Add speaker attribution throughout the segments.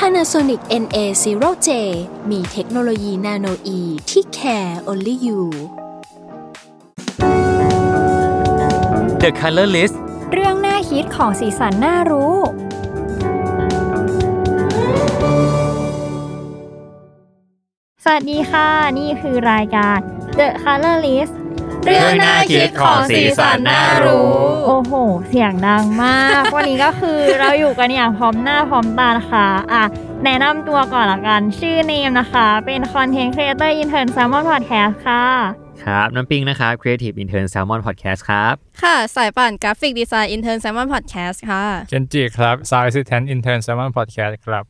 Speaker 1: Panasonic NA0J มีเทคโนโลยีนาโนอีที่ care only you
Speaker 2: The Color List
Speaker 3: เรื่องหน้าฮิตของสีสันน่ารู้ สวัสดีค่ะ นี่คือรายการ The Color List
Speaker 2: เรื่องน่าคิดของสีสันน่ารู้
Speaker 3: โอ้โห เสียงดังมาก วันนี้ก็คือเราอยู่กันอย่างพร้อมหน้าพร้อมตานะคะอ่ะ แนะนำตัวก่อนละกัน ชื่อเนมนะคะ เป็นคอนเทนต์ครีเอเตอร์อินเทอร์นแซมมอนพอดแคสต์ค่ะ
Speaker 2: ครับน้ำปิงนะครับ Creative Intern Salmon Podcast ครับ
Speaker 4: ค่ะ สายป่านกราฟิกดีไซน์อินเทอร์นแซมมอนพอดแคสต์ค่ะ
Speaker 5: เคนจิครับ s าว Assistant Intern s a l m o n Podcast ครับ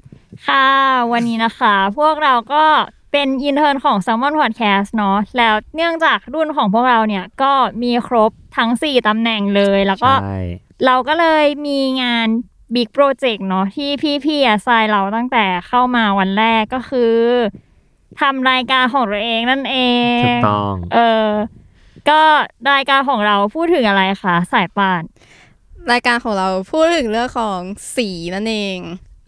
Speaker 3: ค่ะ วันนี้นะคะ พวกเราก็เป็นอินเทอร์นของ s ซ l m o n Podcast เนาะแล้วเนื่องจากรุ่นของพวกเราเนี่ย ก็มีครบทั้ง 4ตำแหน่งเลย แล้วก็
Speaker 2: ใช่
Speaker 3: เราก็เลยมีงานบิ๊กโปรเจกต์เนาะที่พี่ๆอะไซน์เราตั้งแต่เข้ามาวันแรกก็คือทำรายการของตัวเองนั่นเอง
Speaker 2: ถูกต้อง
Speaker 3: เออก็รายการของเราพูดถึงอะไรคะสายป่าน
Speaker 4: รายการของเราพูดถึงเรื่องของสีนั่นเอง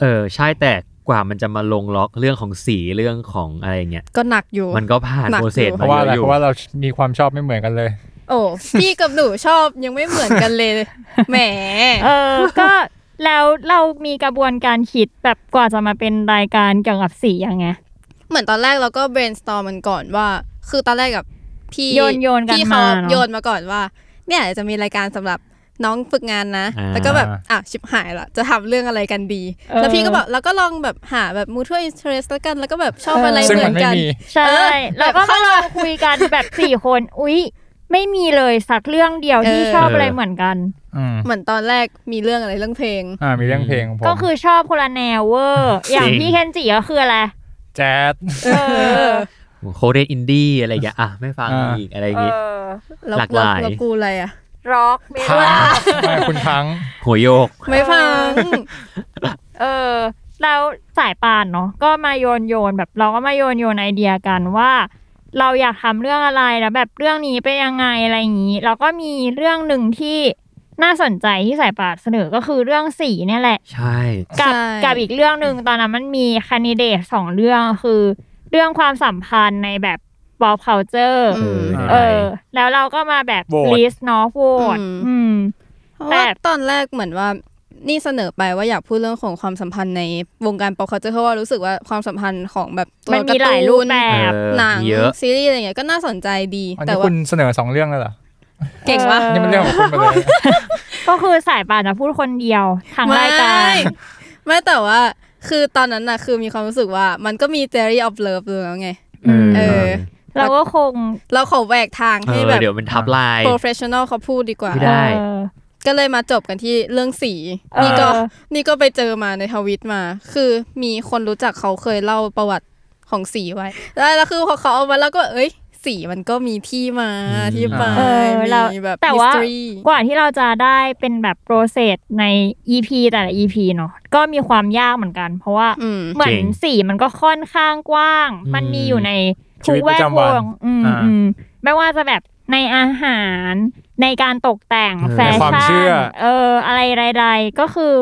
Speaker 2: เออ ใช่แต่กว่ามันจะมาลงล็อกเรื่องของสีเรื่องของอะไรอย่างเงี้ย
Speaker 4: ก็หนักอยู่
Speaker 2: มันก็ผ่าน
Speaker 4: หนักอยู่
Speaker 2: โปรเซส
Speaker 5: เพ
Speaker 2: มา
Speaker 5: ราะว่า
Speaker 2: เย
Speaker 5: อะไร
Speaker 2: อะอ
Speaker 5: เพ
Speaker 2: ยู่
Speaker 5: ราะว่าเรามีความชอบไม่เหมือนกันเลย
Speaker 4: โอ้พี่กับหนูชอบยังไม่เหมือนกันเลย แหม
Speaker 3: เออ ก็แล้วเรามีกระบวนการคิดแบบกว่าจะมาเป็นรายการเกี่ยวกับสียังไง
Speaker 4: เหมือนตอนแรกเราก็ brainstorm มันก่อนว่า คือตอนแรกกับพี่
Speaker 3: โยนโยนกัน
Speaker 4: พี่เขา
Speaker 3: มาเนอะ
Speaker 4: โยนมาก่อนว่า เนี่ยจะมีรายการสำหรับน้องฝึกงานนะ
Speaker 2: อ่า
Speaker 4: แล้วก็แบบอ่ะชิบหายละจะทำเรื่องอะไรกันดี แล้วพี่ก็บอกแล้วก็ลองแบบหาแบบ mutual interest แล้วกันแล้วก็แบบชอบอะไร
Speaker 5: ซึ่ง
Speaker 4: เหมือ
Speaker 5: มั
Speaker 4: น
Speaker 5: นไม่
Speaker 4: กัน
Speaker 5: มี
Speaker 3: ใช่
Speaker 4: เออ
Speaker 3: แล้วก็
Speaker 4: แบบ
Speaker 3: มา
Speaker 4: เข้า
Speaker 3: ลองคุยกันแบบสี่คน อุ๊ย ไม่มีเลยสักเรื่องเดียวที่
Speaker 4: เออ
Speaker 3: ชอบ
Speaker 2: เอออ
Speaker 3: อะไรเหมือนกัน
Speaker 5: อืม
Speaker 4: เหมือนตอนแรกมีเรื่องอะไรเรื่องเพลง
Speaker 5: อ่ามีเรื่องเพลงของผม
Speaker 3: ก็คือชอบคนละแนวเวอร์อย่าง
Speaker 2: จริง
Speaker 3: พี่เคนจิก็คืออะไร
Speaker 5: แจ๊ด
Speaker 3: เออ
Speaker 2: โคเรอินดี้อะไรอย่างเงี้ยอ่ะ ไม่ฟัง
Speaker 5: อ่า
Speaker 2: อีกอะไรอ
Speaker 3: เอย่าง
Speaker 2: งี้
Speaker 3: อ
Speaker 4: แล้ว
Speaker 2: หลากหลาย
Speaker 4: แล้วกูอะไรอ่ะ
Speaker 3: ร็อกเม
Speaker 5: พัง
Speaker 3: ทัล
Speaker 5: ไม่คุณพัง
Speaker 2: หัวโยก
Speaker 4: ไม่ฟัง
Speaker 3: เออแล้วสายป่านเนาะก็มาโยนโยนแบบเราก็มาโยนโยนไอเดียกันว่า เราอยากทำเรื่องอะไรแล้วแบบเรื่องนี้เป็นยังไงอะไรอย่างนี้เราก็มีเรื่องหนึ่งที่น่าสนใจที่สายป่านเสนอก็คือเรื่องสีเนี่ยแหละ
Speaker 2: ใช่
Speaker 3: กับ
Speaker 4: ใช่
Speaker 3: กับอีกเรื่องหนึ่งตอนนั้นมันมีคันดิเดตสองเรื่องคือ เรื่องความสัมพันธ์ในแบบ pop culture
Speaker 4: ม
Speaker 2: เออได้
Speaker 3: เออ แล้วเราก็มาแบบ
Speaker 5: โหวต
Speaker 3: ลิสต์เนาะโหวต
Speaker 4: อืม
Speaker 3: อืม
Speaker 4: เพราะว่า
Speaker 3: แต่
Speaker 4: ตอนแรกเหมือนว่านี่เสนอไปว่าอยากพูดเรื่องของความสัมพันธ์ในวงการป๊อปคัลเจอร์เพราะว่ารู้สึกว่าความสัมพันธ์ของแบบตัว
Speaker 3: มันมีหลายรูปแบ
Speaker 4: กา
Speaker 3: บ
Speaker 2: เอ
Speaker 4: ตู
Speaker 2: อน
Speaker 4: หนัง
Speaker 2: มีเยอะ
Speaker 4: ซีรีส์อะไรเงี้ยก็น่าสนใจดี
Speaker 5: อัน
Speaker 4: แต่
Speaker 5: นี้
Speaker 4: ว่า
Speaker 5: คุณเสนอสองเรื่องแล้วเหรอ
Speaker 4: เก่งวะ
Speaker 3: เอ
Speaker 5: นี่มันเรื่องของคุณไปเลย
Speaker 3: ก็คือสายป่านจะพูดคนเดียวทางรายการ
Speaker 4: ไม่แต่ว่าคือตอนนั้นน่ะคือมีความรู้สึกว่ามันก็มี theory of love อยู่แล้วไง
Speaker 2: เออ
Speaker 4: เออ
Speaker 3: เราก็คง
Speaker 4: เราขอแหวกทาง
Speaker 2: เอ
Speaker 4: ให้
Speaker 2: อ
Speaker 4: แบบ
Speaker 2: เดี๋ยวมันทับลาย
Speaker 4: professional เขาพูดดีกว่า
Speaker 2: ไม่ได้
Speaker 3: เออ
Speaker 4: ก็เลยมาจบกันที่เรื่องสี
Speaker 3: เออ
Speaker 4: นี่ก็นี่ก็ไปเจอมาในทวิตมา คือมีคนรู้จักเขาเคยเล่าประวัติของสีไว้ แล้วแล้วคือพอเขาเอามาแล้วก็เอ้ย สีมันก็มีที่มา
Speaker 2: อืม
Speaker 4: ที่ไป
Speaker 3: เออเรา
Speaker 4: มีแบบ
Speaker 3: แต่ว่า
Speaker 4: history
Speaker 3: กว่าที่เราจะได้เป็นแบบโปรเซสใน EP แต่ละ EP เนาะก็มีความยากเหมือนกัน เพราะว่า
Speaker 4: อืม
Speaker 3: เหมือน
Speaker 2: จริง
Speaker 3: สีมันก็ค่อนข้างกว้าง
Speaker 2: อืม
Speaker 3: มันมีอยู่ใน
Speaker 5: ชี
Speaker 3: ทุกแว
Speaker 5: วิตประ
Speaker 3: ดว
Speaker 5: จำวัน
Speaker 3: งอืม
Speaker 5: อ่า
Speaker 3: อืมไม่ว่าจะแบบในอาหารในการตกแต่ง
Speaker 2: เออ
Speaker 3: แฟ
Speaker 5: ในความ
Speaker 3: ชั่
Speaker 5: เชื่อ
Speaker 3: นเอออะไรใดๆก็คือ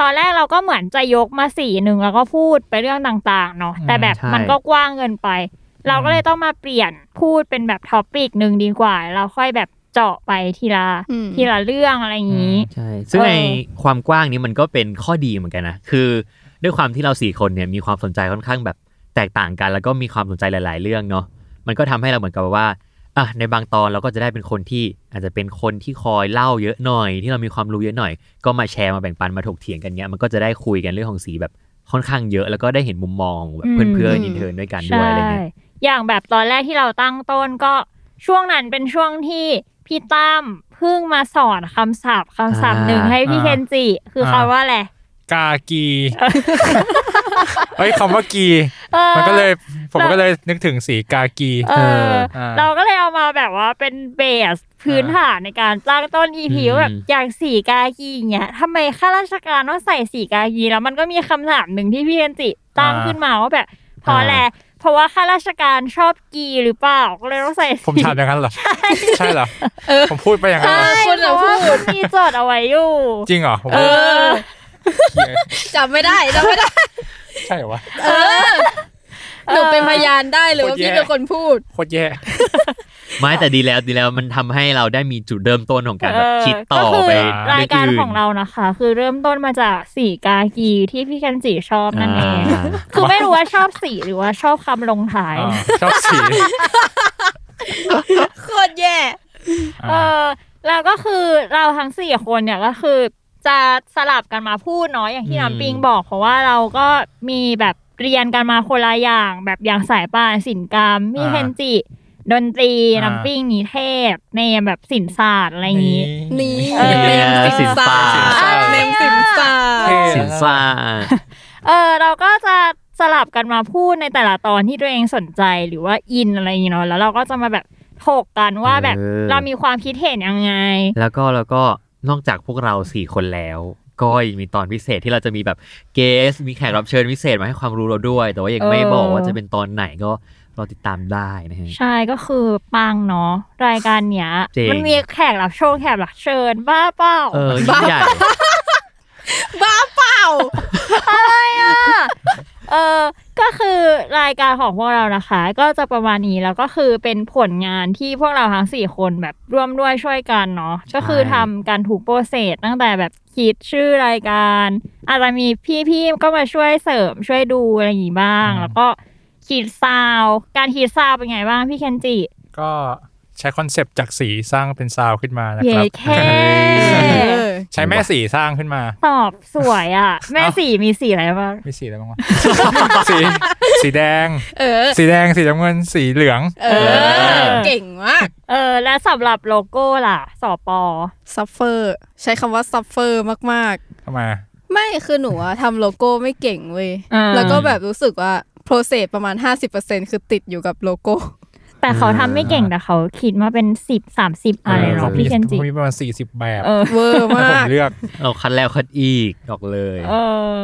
Speaker 3: ตอนแรกเราก็เหมือนจะยกมาสีหนึ่งแล้วก็พูดไปเรื่องต่างๆเนาะแต่แบบ
Speaker 2: ใช่
Speaker 3: มันก็กว้างเกินไป
Speaker 5: ม
Speaker 3: เราก็เลยต้องมาเปลี่ยนพูดเป็นแบบท็อปิกหนึ่งดีกว่า เราค่อยแบบเจาะไปทีละ
Speaker 4: อืม
Speaker 3: ทีละเรื่องอะไรอย่างนี้
Speaker 2: ใช่ ซึ่ง
Speaker 3: เออ
Speaker 2: ในความกว้างนี้มันก็เป็นข้อดีเหมือนกันนะ คือด้วยความที่เราสี่คนเนี่ยมีความสนใจค่อนข้างแบบแตกต่างกัน แล้วก็มีความสนใจหลาย ๆ เรื่องเนาะ มันก็ทำให้เราเหมือนกับว่าอ่ะในบางตอนเราก็จะได้เป็นคนที่อาจจะเป็นคนที่คอยเล่าเยอะหน่อย ที่เรามีความรู้เยอะหน่อย ก็มาแชร์มาแบ่งปันมาถกเถียงกันเนี้ย มันก็จะได้คุยกันเรื่องของสีแบบค่อนข้างเยอะ แล้วก็ได้เห็นมุมมองแบบเพื่อน
Speaker 4: อืม
Speaker 2: ๆอินเทอร์ด้วยกันด้ว
Speaker 3: ใช่
Speaker 2: ยอะไรเงี้ย
Speaker 3: อย่างแบบตอนแรกที่เราตั้งต้นก็ช่วงนั้นเป็นช่วงที่พี่ตั้มเพิ่งมาสอนคำศัพท์คำศัพท์หนึ่ง
Speaker 2: อ่า
Speaker 3: ให้พี่
Speaker 5: อ่า
Speaker 3: เคนจิ คืออา คำว่าอะไร
Speaker 5: กากี เฮ้ยคำว่ากี
Speaker 3: เ ออ
Speaker 5: มันก็เลยผม
Speaker 3: แล้ว
Speaker 5: ก็เลยนึกถึงสีกากี
Speaker 3: เออ
Speaker 5: เออ
Speaker 3: เราก็เลยเอามาแบบว่าเป็นเบสพื้นฐานในการตั้งต้น EP
Speaker 2: อืม
Speaker 3: ว่าแบบอย่างสีกากีอย่างเงี้ยทำไมข้าราชการต้องใส่สีกากีแล้วมันก็มีคำถามหนึ่งที่พี่เอนจิตั้งขึ้นมาว่าแบบเพราะอะไรเพราะว่าข้าราชการชอบกีหรือเปล่าก็เลยต้องใส่สี
Speaker 5: ผมถามอย่างนั้นเหรอ ใช่เหรอ ผมพูดไปอย่างนั้น
Speaker 4: ใช่
Speaker 5: เหรอ
Speaker 4: คุณน่ะ
Speaker 3: เพราะ
Speaker 4: พู
Speaker 3: ว่า
Speaker 4: ด
Speaker 3: คุณมีโจทย์เอาไว้อยู่
Speaker 5: จริงเหรอผม
Speaker 4: เอ
Speaker 5: ว่า
Speaker 4: อจำไม่ได้จำไม่ได้
Speaker 5: ใช่เหรอวะ
Speaker 4: เออหนูเป็นพยานได้หรือว่า
Speaker 5: โคตรแย่
Speaker 4: พี่เป็นคนพูด
Speaker 5: โคตรแย่
Speaker 2: ไม่แต่ดีแล้วดีแล้วมันทำให้เราได้มีจุดเริ่มต้นของการแบบคิดต่อ
Speaker 3: ก็คือ
Speaker 2: ไป
Speaker 3: รายการ
Speaker 2: เๆ
Speaker 3: ของเรานะคะ คือเริ่มต้นมาจากสีกากีที่พี่เคนจิชอบนั่นเอง
Speaker 2: อ่า
Speaker 3: คือไม่รู้ว่าชอบสีหรือว่าชอบคำลงท้าย
Speaker 5: อ่าชอบสี
Speaker 4: โคตรแย่
Speaker 3: เอ
Speaker 5: อ่า
Speaker 3: อแล้วก็คือเราทั้งสี่คนเนี่ยก็คือ จะสลับกันมาพูดเนาะอย่างที่น้ำปิงบอก เพราะว่าเราก็มีแบบเรียนกันมาคนละอย่าง แบบอย่างสายป่านศิลปกรรมมี
Speaker 5: อ่า
Speaker 3: เคนจิ ดนตรี
Speaker 5: อ่า
Speaker 3: น้ำปิงนิเทศเนมแบบศิลปศาสตร์อะไรอย่างนี้
Speaker 4: นี่
Speaker 3: เออ
Speaker 4: เนมสินสาเนมสินสา
Speaker 5: เท่
Speaker 2: สินซ่า
Speaker 3: เออเราก็จะสลับกันมาพูดในแต่ละตอนที่ตัวเองสนใจหรือว่าอินอะไรอย่างงี้เนาะแล้วเราก็จะมาแบบถกกันว่าแบบ
Speaker 2: เออ
Speaker 3: เรามีความคิดเห็นยังไง
Speaker 2: แล้วก็แล้วก็นอกจากพวกเราสี่คนแล้ว ก็ยังมีตอนพิเศษที่เราจะมีแบบเกส มีแขกรับเชิญพิเศษมาให้ความรู้เราด้วย แต่ว่ายังไม่
Speaker 3: เออ
Speaker 2: บอกว่าจะเป็นตอนไหนก็รอติดตามได้นะฮะ
Speaker 3: ใช่ก็คือปังเนาะรายการเนี้ย
Speaker 2: จริง
Speaker 3: มันมีแขกรับเชิญแขกรับเชิญบ้าเปล่า
Speaker 2: เออยิ่งใหญ่
Speaker 4: บ้าเปล่า
Speaker 3: ค่ะเออก็คือรายการของพวกเรานะคะ ก็จะประมาณนี้แล้วก็คือเป็นผลงานที่พวกเราทั้งสี่คนแบบร่วมด้วยช่วยกันเนาะก็คือทำการถูกโปรเซสตั้งแต่แบบคิดชื่อรายการ อาจจะมีพี่ๆก็มาช่วยเสริมช่วยดูอะไรอย่างงี้บ้าง
Speaker 5: อืม
Speaker 3: แล้วก็คิดซาวด์การคิดซาวด์เป็นไงบ้างพี่เคนจิ
Speaker 5: ก็ใช้คอนเซปต์จากสีสร้างเป็นซาวด์ขึ้นมานะ
Speaker 3: เย้
Speaker 5: ครับ
Speaker 3: แค่
Speaker 5: ใช้แม่สีสร้างขึ้นมา
Speaker 3: ตอบสวยอะ่ะ แม่
Speaker 5: เอ้า
Speaker 3: สีมีสีอะไรบ้าง
Speaker 5: มีสีอะไรบ้างวะ สีสีแดง
Speaker 4: เออ
Speaker 5: สีแดงสีน้ำเงินสีเหลือง
Speaker 4: เออ เก่งมาก
Speaker 3: เออ และสำหรับโลโก้ล่ะสอปอ
Speaker 4: ซัฟเฟอร์ ใช้คำว่าซัฟเฟอร์มาก
Speaker 5: ทำไมอะ
Speaker 4: ๆ ไม่คือหนูอะทำโลโก้ไม่เก่งเว้ย
Speaker 3: อ่า
Speaker 4: แล้วก็แบบรู้สึกว่า โปรเซสประมาณ 50%คือติดอยู่กับโลโก้
Speaker 3: แต่เขาทำไม่เก่งแต่เขาคิดมาเป็นสิบสามสิบอะไร
Speaker 2: ย
Speaker 3: หรอ
Speaker 5: เขามี
Speaker 3: พี่เคนจิ
Speaker 5: เขามีประมาณสี่สิบแบบ
Speaker 3: เออ
Speaker 4: เวอร์
Speaker 5: แล้วผม
Speaker 4: มาก
Speaker 5: เลือก
Speaker 2: เราคัดแล้วคัดอีกออกเลย
Speaker 3: เออ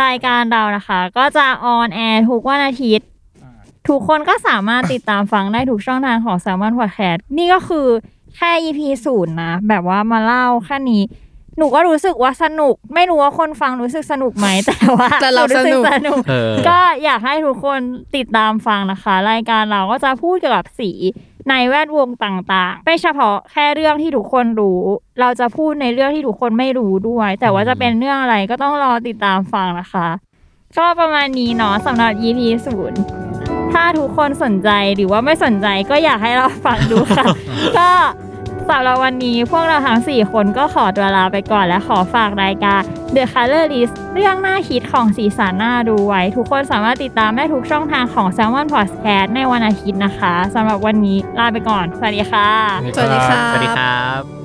Speaker 3: รายการเรานะคะ ก็จะออนแอร์ทุกวันอาทิตย์ ทุกคนก็สามารถติดตามฟังได้ทุกช่องทางของ s ซ l m o n Podcast นี่ก็คือแค่ EP ศูนย์นะ แบบว่ามาเล่าแค่นี้ หนูก็รู้สึกว่าสนุก ไม่รู้ว่าคนฟังรู้สึกสนุกไหม แต่ว่า
Speaker 4: แต่เราสนุก
Speaker 3: หสนุก
Speaker 2: เออ
Speaker 3: ก็อยากให้ทุกคนติดตามฟังนะคะ รายการเราก็จะพูดเกี่ยวกับสีในแวดวงต่างๆ ไม่เฉพาะแค่เรื่องที่ทุกคนรู้ เราจะพูดในเรื่องที่ทุกคนไม่รู้ด้วย แต่ว่าจะเป็นเรื่องอะไรก็ต้องรอติดตามฟังนะคะ ก็ประมาณนี้เนาะสำหรับ EP ศูนย์ถ้าทุกคนสนใจหรือว่าไม่สนใจก็อยากให้เราฟังดูค่ะ ก็สำหรับวันนี้พวกเราทั้งสี่คนก็ขอตัวลาไปก่อนและขอฝากรายการ The Color List เรื่องหน้าคิดของสีสันหน้าดูไว้ ทุกคนสามารถติดตามได้ทุกช่องทางของ s ซ l m o n Podcast ในวันอาทิตย์นะคะสำหรับวันนี้ลาไปก่อน สวัสดีค่ะ
Speaker 4: สวัสดีค่ะ
Speaker 2: สวัสดีครับ